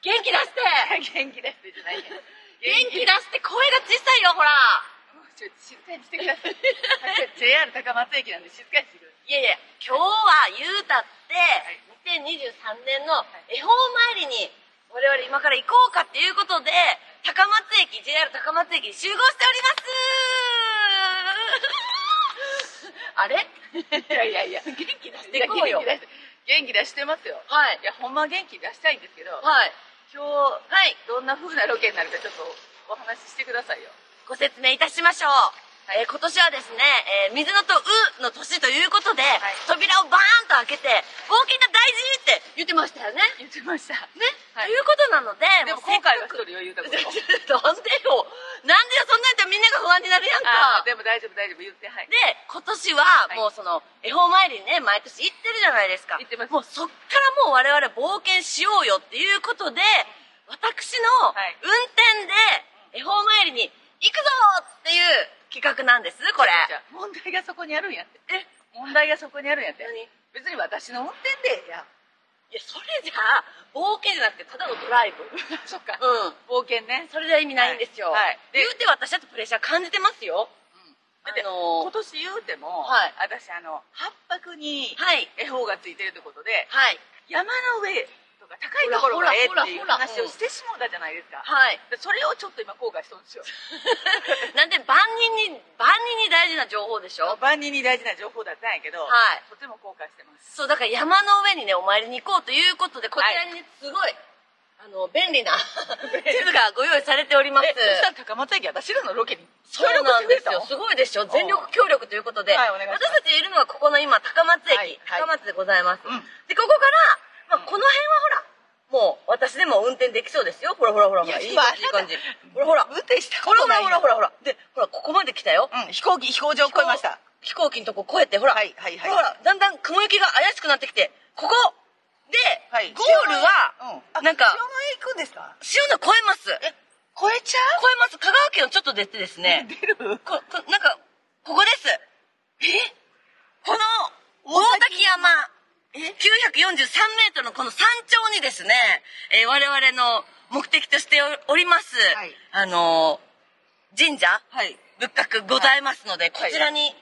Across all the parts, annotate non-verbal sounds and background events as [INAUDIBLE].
元気出して [LAUGHS] 元気出してじゃない [LAUGHS] ね元気出して声が小さいよほらも [LAUGHS] うちょっと静かにしてください [LAUGHS] JR 高松駅なんで静かにしてくだいやいや今日は言うたって2023年の恵方参りに我々今から行こうかっていうことで高松駅 JR 高松駅に集合しております [LAUGHS] あれさいいやいやいや元気出してこうよ元気出してますよはいいやほんま元気出したいんですけどはい今日はいどんな風なロケになるかちょっとお話ししてくださいよご説明いたしましょう、えー今年はですね、えー水のと「う」の年ということで、い扉をバーンと開けて冒険が大事って言ってましたよね言ってましたね、はいということなのででもうせ今っか回 [LAUGHS] は一人余裕だなんこでとよ [LAUGHS] なんでよそんなんやったらみんなが不安になるやんあかーでも大丈夫大丈夫言ってはいで今年ははいもうその恵方参りにね毎年行ってるじゃないですか言ってますもうそっからもう我々冒険しようよっていうことで私のはい運転で恵方参りに行くぞっていう企画なんですこれじゃあ問題がそこにあるんやってえ問題がそこにあるんやって何い別に私の運転でええやんやそれじゃあ冒険じゃなくてただのドライブう [LAUGHS] そっかん冒険ねそれじゃ意味ないんですよ、はいはいで言うて私だってプレッシャー感じてますよだってあのー今年言うても、はい私あの八白にはい恵方がついてるってことではい山の上とか高いところがええほらっていうほらほら話をしてしもうたじゃないですか、はいでそれをちょっと今後悔しとるんですよなんで万人に万人に大事な情報でしょ万人に大事な情報だったんやけど、はいとても後悔してますそうだから山の上にねお参りに行こうということでこちらにねすごい、あの便 [LAUGHS] 利な地図がご用意されておりますえそしたら高松駅私らのロケにそうなんですよ協力してくれたのすごいでしょ全力協力ということで、はいお願いします私たちいるのはここの今高松駅、はいはい高松でございます、うんでここから、まあ、この辺はほらもう私でも運転できそうですよほらほらほらほらいいやい感じいい感じほ今あなたらほら運転したほこらとほらないほらほらほらでほらここまで来たよ、うん、飛行機飛行場越えました飛行機のとこ越えてほら、はいはいはいほらほらだんだん雲行きが怪しくなってきてここで、はいゴールは、うんあなんか塩の上行くんですか潮の越えます越ええ超えちゃうます香川県をちょっと出てですね出るここなんかここですえこの大滝山943メートルのこの山頂にですね、えー我々の目的としております、はいあのー神社はい仏閣ございますので、こちらに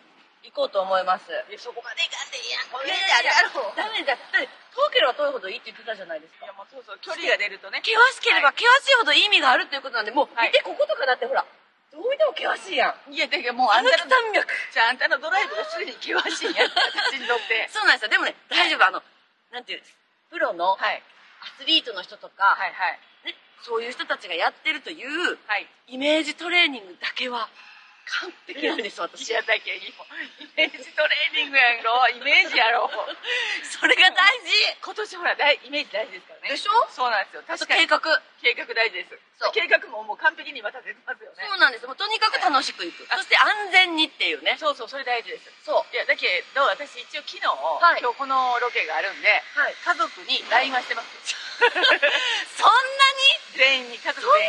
行こうと思います、いやそこまで行かんでいいやんこいやれいでやいやあれやろダメだだって遠ければ遠いほどいいって言ってたじゃないですいかやもうそうそう距離が出るとね険しければ険しいほど意味があるということなんでもう、はい見てこことかだってほらどう見ても険しいやんいやだからもうああんんたたのの山脈じゃああんたのドライブがすでに険しいんや私にとってそうなんですよでもね大丈夫あのなんていうんですプロのアはいスリートの人とか、はいはいね、そういう人たちがやってるというはいイメージトレーニングだけは完璧なんです私いやだけどもイメージトレーニングやろイメージやろそれが大事今年ほら大イメージ大事ですからねでしょそうなんですよあと確か計に画計画大事ですそう計画ももう完璧にまた出てますよねそうなんですもうとにかく楽しくいく、そして安全にっていうねそうそうそれ大事ですそういやだけど私一応昨日、い今日このロケがあるんではい家族に LINE はしてますそんなに全員に家族そんな全に員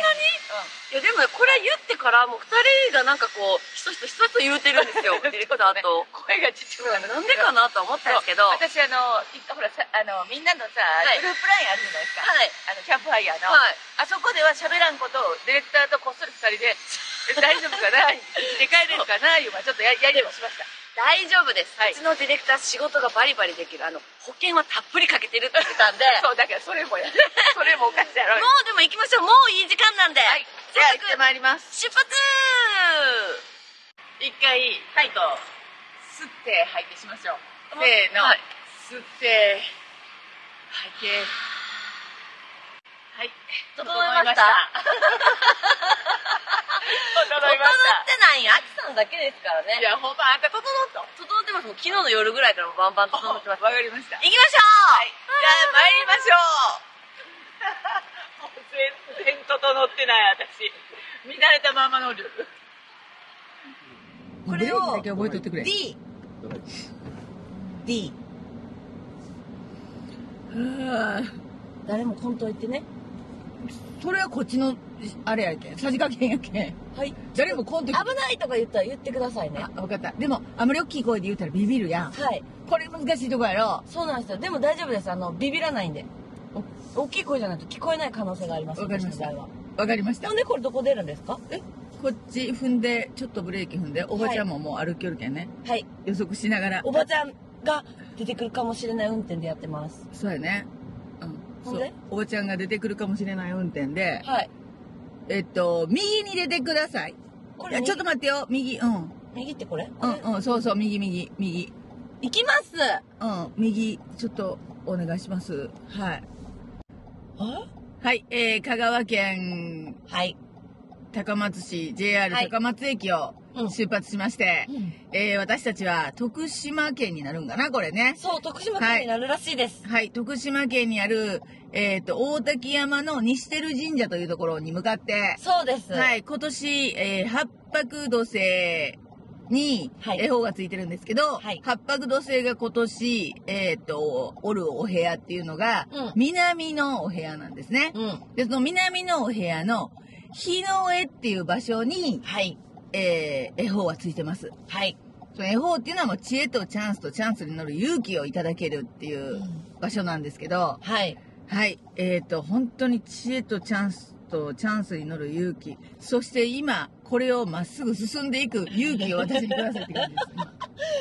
いやでもこれ言ってからもう2人がなんかこうひそひそひそと言うてるんですよディレクターとうん、声がちっちゃくなるなんでかなとは思ったんですけどはい私あのいほらさあのみんなのさ、はいグループラインあるじゃないですか、あのキャンプファイヤーの、はいあそこでは喋らんことをディレクターとこっそり2人で [LAUGHS] 「え大丈夫かな入れ替えれるかな」いうまあちょっとややりもしました大丈夫です、はいうちのディレクター仕事がバリバリできるあの保険はたっぷりかけてるって言ってたんでもそうだからそれ [LAUGHS] もやそれもおかしいやろうでも行きましょうもういい時間なんで、はいじゃあ行ってまいります出発一回はいと吸って吐いてしましょうせーの、はい吸って吐いて [LAUGHS] はい整いました整整っいてましたないんやあきさんだけですからいねやほんまあんた整っと整ってますもう昨日の夜ぐらいからもうバンバン整ってます行きまわかりましたしはいじゃあょう、参りましょうもう全然整ってない私乱れたままのルールこれを覚えとってくれ D D 誰もコント言ってねそれはこっちのあれやけんさじ加減やけんはい誰もコント危ないとか言ったら言ってくださいねあ分かったでもあんまり大きい声で言うたらビビるやんはいこれ難しいとこやろそうなんですよでも大丈夫ですあのビビらないんで大きい声じゃないと聞こえない可能性がありますわかりました実際はわかりましたほんでこれどこ出るんですかえこっち踏んでちょっとブレーキ踏んでおばちゃんももう歩きよるけんねはい予測しながらおばちゃんが出てくるかもしれない運転でやってますそうやねうんほんそでうおばちゃんが出てくるかもしれない運転ではいえっと右に出てくださいこいやれちょっと待ってよ右うん右右ってこれうんうんそうそう右右右行きますうん右ちょっとお願いしますはいははいえー、香川県はい、高松市 JR はい高松駅をうん出発しまして、えー私たちは徳島県になるんかなこれねそう徳島県になるらしいです、はい徳島県にある、えー、と大滝山の西照神社というところに向かってそうですはい、今年、えー八白土星にはい絵本がついてるんですけど、はい八白土星が今年、えー、とおるお部屋っていうのが、うん南のお部屋なんですね、うんでその南のお部屋の日の絵っていう場所に、はいえー、絵本はついてますはいその絵本っていうのはもう知恵とチャンスとチャンスに乗る勇気をいただけるっていううん場所なんですけど、はいはい、えー、と本当に知恵とチャンスとチャンスに乗る勇気そして今これをまっすぐ進んでいく勇気を私にくださいって感じですね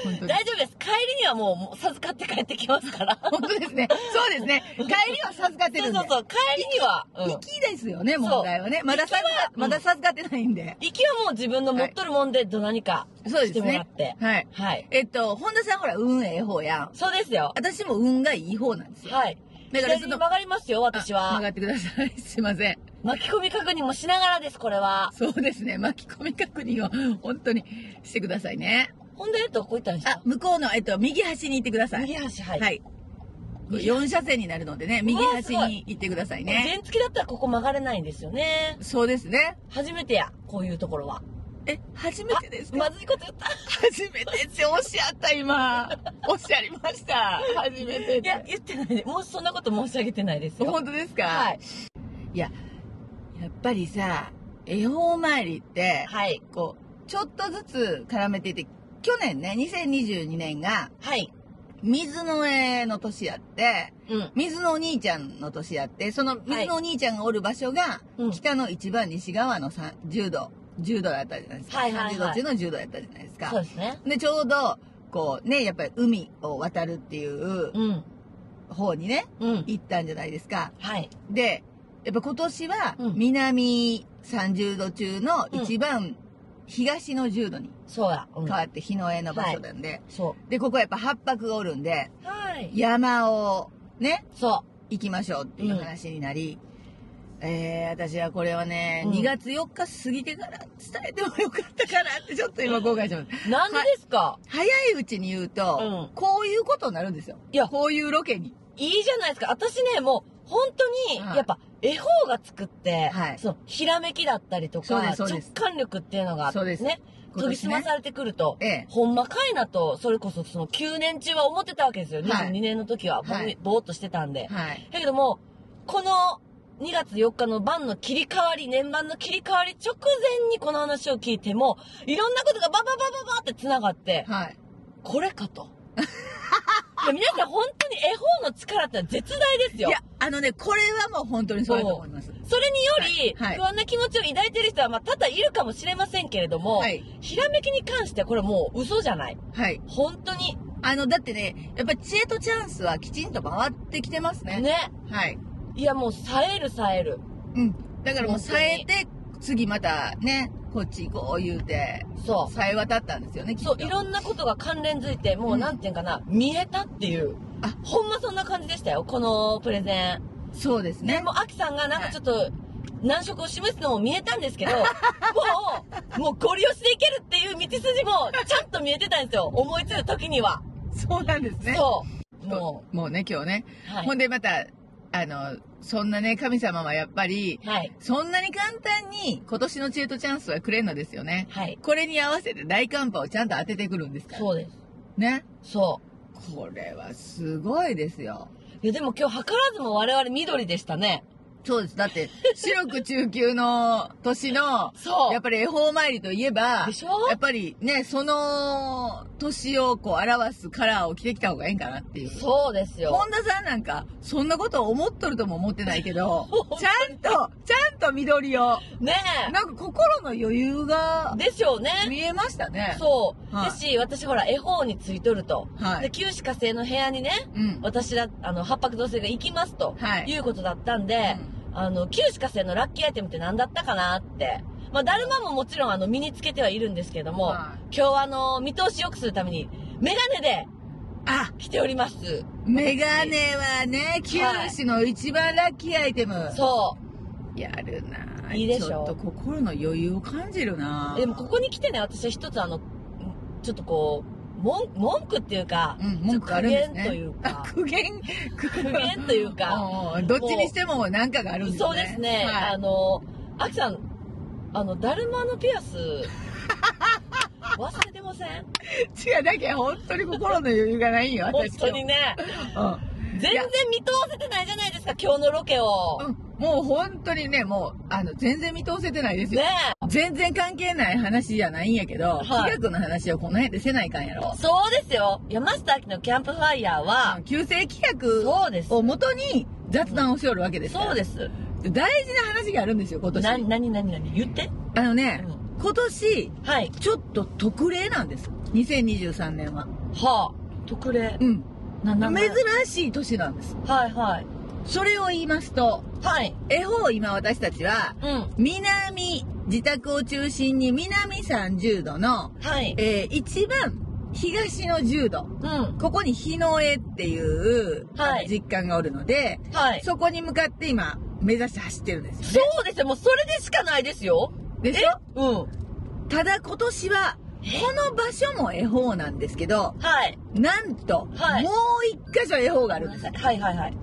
本 [LAUGHS] 当に大丈夫です帰りにはもうもう授かって帰ってきますから本当ですねそうですね帰りは授かってそうるんでそうそう帰りには、うん行きですよね問題はねまだ授か行きはまだ授かってないんで、行きはもう自分の持っとるもんでど何かそうしてですもらっねてはいはいえっと本田さんほら運ええ方やんそうですよ私も運がいい方なんですよはいだから左そにの曲がりますよ私あ曲はがってくださいすいません巻き込み確認もしながらですこれはそうですね巻き込み確認を本当にしてくださいねほんでどこ行ったんですあか、向こうの、えっと、右端に行ってください。右端はい、はい。4車線になるのでね、右端に行ってくださいね。全付きだったらここ曲がれないんですよねそうですね。初めてやこういうところはえ、初めてですかまずいこと言った初めてっておっしゃった、今。 [LAUGHS] おっしゃりました。初めていや言ってないでもうそんなこと申し上げてないですよ本当ですかはいやっぱりさ、恵方参りって、はいこう、ちょっとずつ絡めていて、去年ね、2022年が、はい水の絵の年やって、うん水のお兄ちゃんの年やって、その水のお兄ちゃんがおる場所が、うん北の一番西側のさ10度10度だったじゃないですか、はいはいはい30度中の10度やったじゃないですそうかですねでちょうどこうねやっぱり海を渡るっていううん方にねうん行ったんじゃないですかはいでやっぱ今年はうん南30度中の一番東の10度にそうや、うん変わって日の絵の場所なんで、そでここはやっぱ八白がおるんでうはい山をねそ行きましょうっていう話になり、えー、私はこれはね、うん2月4日過ぎてから伝えてもよかったかなってちょっと今後悔してます。うなんでですか、早いうちに言うと、うんこういうことになるんですよ。いやこういうロケに。いいじゃないですか。私ね、もう、本当に、はいやっぱ、絵本がつくって、はいその、ひらめきだったりとそうでか、すそ直うです感力っていうのが、そうですね、今研ぎ年澄まね。されてくると、ええ。ほんまかいなと、それこそその9年中は思ってたわけですよ。はい22年の時は、ぼんはいぼーっとしてたんで。はい。だけども、この2月4日の晩の切り替わり、年番の切り替わり直前にこの話を聞いても、いろんなことがバババババって繋がって、はい。これかと。 [LAUGHS] いや皆さん本当に絵本の力ってのは絶大ですいよや。、あのね、これはもう本当にそうだと思います。それにより、はいはい不安な気持ちを抱いてる人は、まあ、多々いるかもしれませんけれども、はい。ひらめきに関してはこれもう嘘じゃない。はい。本当に。あの、だってね、やっぱ知恵とチャンスはきちんと回ってきてますね。ね。はい。いや、もう、冴える冴える。うん。だからもう本当に冴えて、次またね、こっち行こう言うて、そ冴え渡ったんですよね、う。きっそとう、いろんなことが関連づいて、もう、うんなんていうんかな、見えたっていう。あほんまそんな感じでしたよ、このプレゼン。そうですね、ね。もう、アキさんがなんかちょっと、難色を示すのも見えたんです [LAUGHS] けど、もう、もうゴリ押しでいけるっていう道筋もちゃんと見えてたんですよ。思いついた時には。そうなんですね。そう。ももうね、今日ね。う、はいほんでまた、あの、そんなね、神様はやっぱり、はい。そんなに簡単に今年の知恵とチャンスはくれんのですよね。はい。これに合わせて大寒波をちゃんと当ててくるんですから。そうです。ね。そこれはすごいですよ。う。いや、でも今日、図らずも我々緑でしたね。そうです。だって、白く中級の年の、そうやっぱり恵方参りといえば、でしょやっぱりね、その年をこう表すカラーを着てきた方がええんかなっていう。そうですよ。本田さんなんか、そんなこと思っとるとも思ってない [LAUGHS] けど、ちゃんと、ちゃんと緑を、ねなんか心の余裕がえ。ですよね。見えましたね。そう。はでいすし、私ほら、絵本についとると。はで、い。九死火星の部屋にね、うん。私ら、あの、八白同星が行きますと、はいい、うことだったんで、あの、九死火星のラッキーアイテムって何だったかなって。まあ、だるまももちろん、あの、身につけてはいるんですけども、はい今日はあの、見通し良くするために、メガネであ、来ております。メガネはね、九死の一番ラッキーアイテム。そやるなぁいいでしょちょっと心の余裕を感じるなう。ぁでも、ここに来てね、私は一つあの、んちょっとこう、文文句っていう [LAUGHS] か、うん、文句あるんですね。ちょっと苦言というかあ苦言、苦苦言というか、おうおうどっちにしても何かがあるんですね。そうですね。はあい、の、あきさん、あの、だるまのピア [LAUGHS] ス、忘れてません違う、だけど本当に心の余裕がないよ、本私。当にね。うん全然見通せてないじゃないですか、今日のロケを。うんもう本当にね、もう、あの、全然見通せてないですよ。ね全然関係ない話じゃないんやけど、はい企画の話をこの辺でせないかんやろえ。。そうですよ。山下明のキャンプファイヤーはうん、旧正規約そうです。をもとに雑談をしおるわけですから。そうです。で大事な話があるんですよ、今な、年。なになになに言って、あのね、うん今年、はい。ちょっと特例なんです。2023年は。はあ。特例。うん。な、な、な珍しい年なんです。はいはい。それを言いますと、はい。絵本を今私たちは、うん。南、自宅を中心に南30度の、はい。えー一番東の10度。うん。ここに日の絵っていう、はい実感がおるので、はい。そこに向かって今、目指して走ってるんですよね。そうですよ。もうそれでしかないですよ。でしょうん。ただ今年は、この場所も絵本なんですけど、はい。なんと、はいもう一箇所絵本があごめんるんでなすさい。。はいはいはい。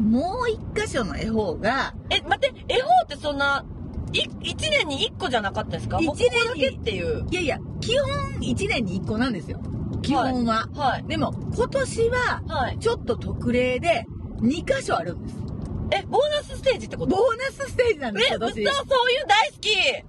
もう一箇所の絵本が、え、待って、絵本ってそんな、い、一年に一個じゃなかったですか一もうここだ年にけっていう。いやいや、基本1年に1個なんですよ。基本は。はい。でも、今年は、はい。ちょっと特例で、2箇所あるんです。え、ボーナスステージってこボとーナスステージなんです、え、今嘘そうい年う。大好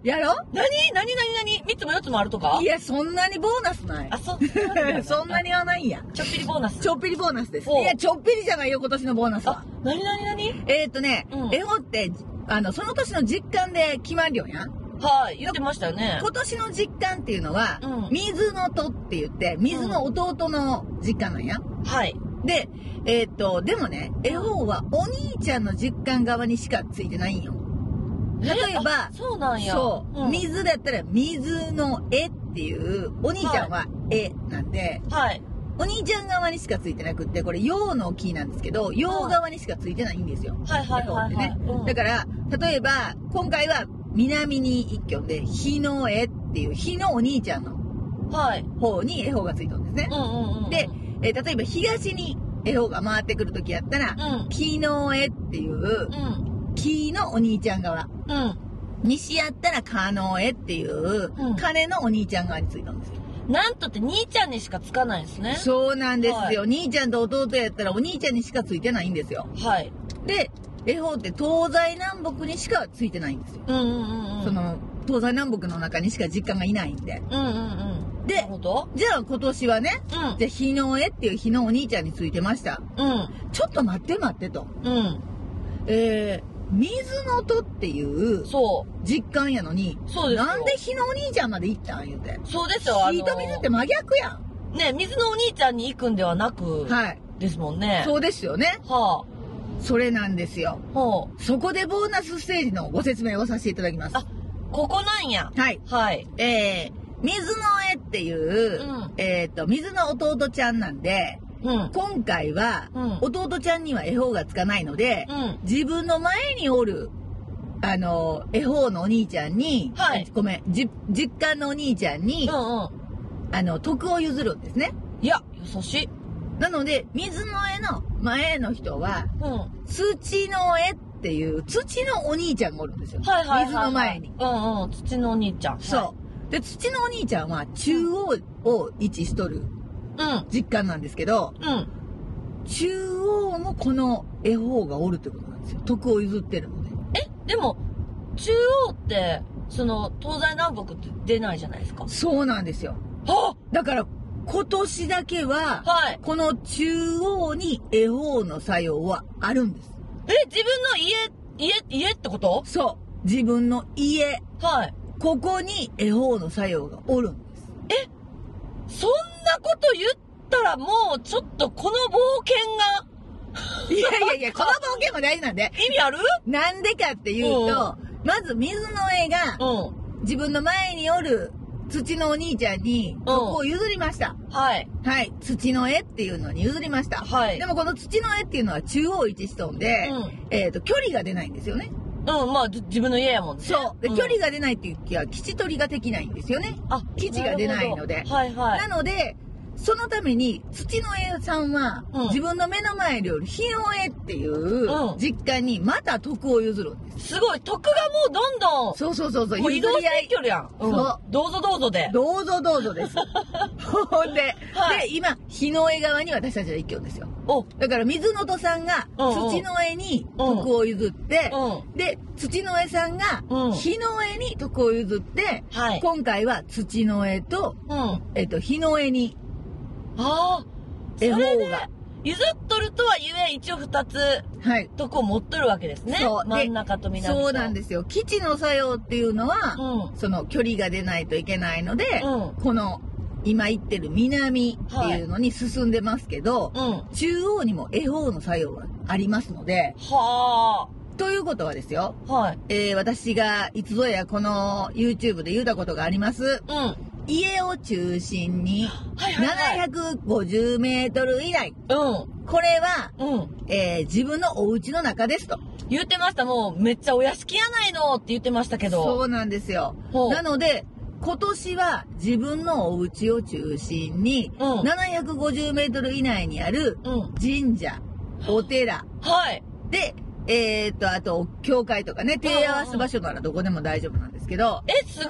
きやろ何何何何三つも四つもあるとかいや、そんなにボーナスない [LAUGHS] あ、。そう。そうなんだよそんなにはないんや。ちょっぴりボーナス。ちょっぴりボーナスです。いおうや、ちょっぴりじゃないよ、今年のボーナスあは。、何何何えーっとねう、ん絵本って、あの、その年の実感で決まるよやん。はい。言ってましたよね。今年の実感っていうのは、うん水のとって言って、水の弟の実感なんや。はい。で、えーっと、でもね、絵本はお兄ちゃんの実感側にしかついてないんよ。例えばあ、そうなんや。そう、ん水だったら水の絵っていう、お兄ちゃんは絵なんで、はい。お兄ちゃん側にしかついてなくって、これ陽の木なんですけど、陽側にしかついてないんですよ。はいはいはいはい。うんだから、例えば、今回は南に一挙で、日の絵っていう、日のお兄ちゃんのはい。方に絵本がついてるんですねう。んうんうん。で、えー例えば東に絵本が回ってくるときやったら、うん。木の絵っていう、うん。木のお兄ちゃん側。うん。西やったらカノエっていう、うん彼のお兄ちゃん側についたんですよ。なんとって兄ちゃんにしかつかないんですね。そうなんですよ、は兄ちゃんと弟やったらお兄ちゃんにしかついてないんですよ。はい。で、絵本って東西南北にしかついてないんですよ。うんうんうんうん。そ、の、東西南北の中にしか実感がいないんで。うんうんうん。なでる、ほど。じゃあ今年はね、うん。じゃあ日の絵っていう日のお兄ちゃんについてました。うちょっと待って待ってと。ん。うん。えー、水のとっていうそ実感やのに、う。そうですよ。なんで日のお兄ちゃんまで行ったん言うて。そうですよ。あの火と水って真逆やん。ね、水のお兄ちゃんに行くんではなく、はい。ですもんね。そうですよね。はそれなんですよ。あ。ほう。そこでボーナスステージのご説明をさせていただきます。あここなんや。はい。はい。えー、水の絵っていうう、んえっ、と、水の弟ちゃんなんで、うん。今回は、うん弟ちゃんには絵本がつかないので、うん。自分の前におる、あの、絵本のお兄ちゃんに、はいごめん、じ、実家のお兄ちゃんに、うんうん。あの、徳を譲るんですね。いや、優しい。なので、水の絵の前の人は、うん。は土の絵っていう、土のお兄ちゃんがおるんですよ。いはいはい、はい。水の前に。。うんうん。土のお兄ちゃん。そう。で、土のお兄ちゃんは中央を位置しとるはい。実感なんですけど、うん。うん。中央方もこの絵方がおるってことなんですよ。徳を譲ってるので。でも、中央って、その、東西南北って出ないじゃないですか。そうなんですよ。はだから、今年だけは、はい。この中央に絵方の作用はあるんです。え、自分の家、家、家ってことそう。自分の家、はい。ここに絵方の作用がおるんです。そんなこと言ったらもうちょっとこの冒険がいやいや [LAUGHS] いや、この冒険も大事なんで。意味あるなんでかっていうと、まず水の絵がう自分の前におる土のお兄ちゃんに、ここを譲りました。ん。はい。はい。土の絵っていうのに譲りました。はいで。もこの土の絵っていうのは中央一視とんで、うん。えっ、と、距離が出ないんですよね。うん、まあ、じ自分の家やもんね。そう。で、ん距離が出ないっていう気は、基地取りができないんですよね。あ、基地が出ないのでるほどはいはい。なので、そのために、土の絵さんは、うん自分の目の前におる火の絵っていううん実家にまた徳を譲るんです。すごい、徳がもうどんどん、そうそうそうそう、もう移動譲り合選い。挙やん。んそうどうぞどうぞで。どうぞどう [LAUGHS] ぞです。ほんで、はで、今、火の絵側に私たちは一挙ですよ。お、うん。だから、水野戸さんが、うんうん土の絵に徳を譲って、で、土の絵さんがうん、火の絵に徳を譲って、はい。今回は土の絵と、うん。あえっと、日の絵にあー。絵そ方れで、が。譲っとるとはゆえ、一応二つ、はい。徳を持っとるわけですね。そうで真ん中と南と。そうなんですよ。基地の作用っていうのは、うその距離が出ないといけないので、ん。うん。この今行ってる南っていうのに進んでますけど、うん。中央にも絵方の作用がありますので、はということはですよ、あ。はい。えー私がいつぞやこの YouTube で言うたことがあります。うん。はい家を中心にはいはい。 750メートル以内。これは、うん。うん。えー自分のお家の中ですと。言ってました。もう、めっちゃお屋敷やないのって言ってましたけど。そうなんですよ。ほうなので、今年は自分のお家を中心に、うん750メートル以内にあるうん。神社、お寺はい。で、えー、っと、あと、教会とかね、手合わす場所ならどこでも大丈夫なんですけど、え、すごい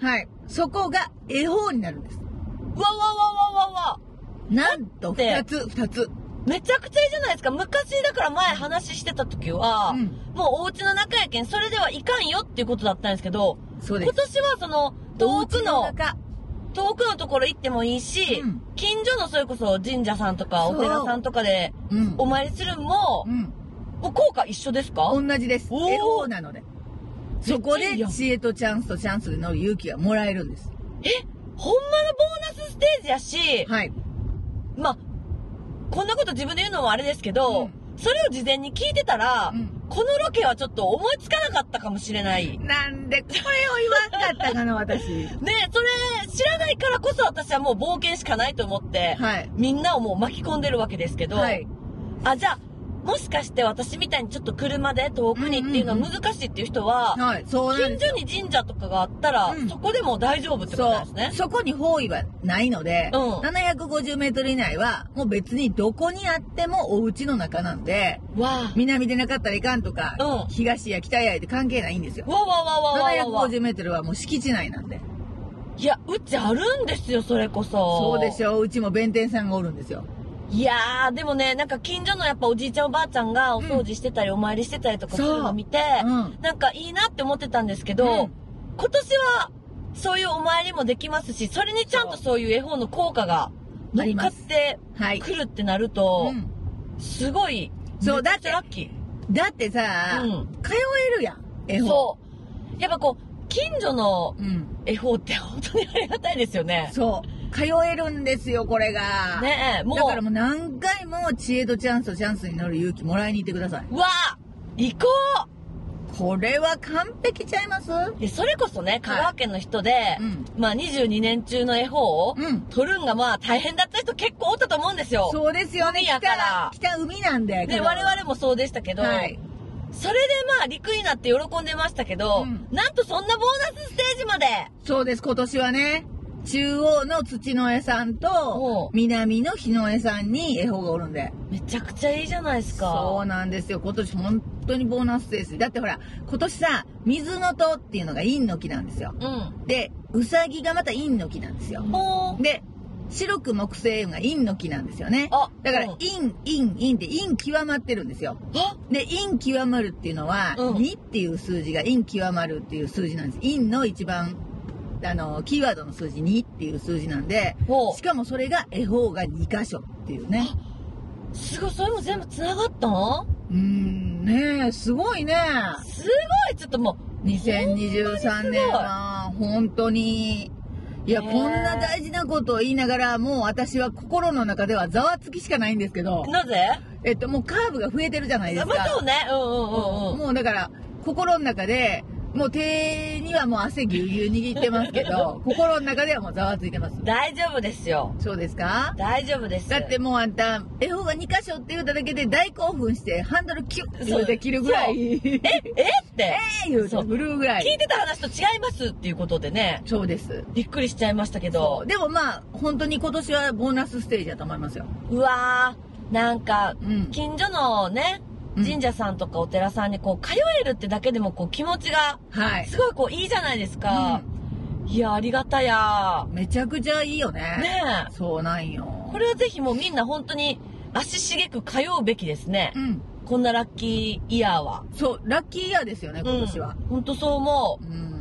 はい。そこが絵本になるんです。わわわわわわ。なんと、だ二っつ、二つ。めちゃくちゃいいじゃないですか。昔、だから前話してた時は、うん。もうお家の中やけん、それではいかんよっていうことだったんですけど、そうで今す。年はその、遠くおの家、中遠くのところ行ってもいいし、うん近所のそれこそ神社さんとかそうお寺さんとかでうんお。参りするんもう、ん。もう効果一緒ですか同じです。おー絵本なので。そこめっちゃいいでやん、知恵とチャンスとチャンスで乗る勇気がもらえるんです。ほんまのボーナスステージやし、はい。まあ、こんなこと自分で言うのもあれですけど、うんそれを事前に聞いてたら、うんこのロケはちょっと思いつかなかったかもしれない。なんでこれを言わんかったか [LAUGHS] な、私。ねえそれ知らないからこそ私はもう冒険しかないと思って、はい。みんなをもう巻き込んでるわけですけど、はい。あ、じゃあ、もしかして私みたいにちょっと車で遠くにっていうのはうんうん難しいっていう人は、はい。そうなん近ですよ所に神社とかがあったら、うんそこでも大丈夫ってことそなんですう。ね。そこに方位はないので、うん750メートル以内は、もう別にどこにあってもお家の中なんで、わ南でなかったらいかんとか、うん東や北やで関係ないんですよあ。。わあわあわあわあわあわあ750メートルはもう敷地内なんで。いや、うちあるんですよ、それこそ。そうでしょ。ょう。うちも弁天さんがおるんですよ。いやー、でもね、なんか近所のやっぱおじいちゃんおばあちゃんがお掃除してたり、お参りしてたりとかするの見て、うん。なんかいいなって思ってたんですけうど、ん今年はそういうお参りもできますし、それにちゃんとそういう絵本の効果が乗っありかまっすてはい。くるってなるとう、んすごい、そうめっちゃラッキだってさ、ー。うん。通えるやん。絵本。そう。やっぱこう、近所のう。うん。絵本って本当にありがたいですよね。そう。通えるんですよ、これが。ねえ、もう。だからもう何回も知恵とチャンスとチャンスに乗る勇気もらいに行ってください。うわあ行ここれは完璧ちゃいますうで、それこそね、香川県の人で、うん。まあ22年中の絵本を、うん。取るんがまあ大変だった人結構おったと思うんですよ。そうですよね。海やから北北海なんで。で、香我川々もそうでしたけど、はい。それでまあ陸になって喜んでましたけど、うんなんとそんなボーナスステージまで、そうです、今年はね。中央の土の絵さんおうと、南の日の絵さんに絵本がおるんで。めちゃくちゃいいじゃないですか。そうなんですよ。今年本当にボーナスです。だってほら、今年さ、水の塔っていうのが陰の木なんですよ。うん。で、うさぎがまた陰の木なんですよ。ほう。で、白く木星雲が陰の木なんですよねあ。だからうん陰、陰、陰って陰極まってるんですよ。あで、陰極まるっていうのは、うん2っていう数字が陰極まるっていう数字なんです。陰の一番、あの、キーワードの数字2っていう数字なんで、ほしかもそれが絵方が2箇所っていうね。う。すごい、それも全部繋がったのうーん、ねえ、すごいね。すごいちょっともう、 2023年は、本当に、いや、ねこえんな大事なことを言いながら、もう私は心の中ではざわつきしかないんですけど、なぜえっと、もうカーブが増えてるじゃないですまあそか。うね。うんうんうんうん。もうだから、心の中で、もう手にはもう汗ぎゅうぎゅう握ってますけ [LAUGHS] ど、心の中ではもうざわついてます。大丈夫ですよ。そうですか大丈夫です。だってもうあんた、絵本が2箇所って言うただけで大興奮して、ハンドルキュッそうてできるぐらい、ええ、えって、言うそとう振るうぐら聞いい。てた話と違いますっていうことでね、そうです。びっくりしちゃいましたけど。でもまあ、本当に今年はボーナスステージだと思いますよ。うわー、なんか、うん。近所のね、うん神社さんとかお寺さんにこう通えるってだけでもこう気持ちがはい。すごいこういいじゃないですか、いやありがたやめちゃくちゃいいよね。ねえそうなんよ。これはぜひもうみんな本当に足しげく通うべきですねう、ん。こんなラッキーイヤーはそう、ラッキーイヤーですよね、今年は。本当そう思うん。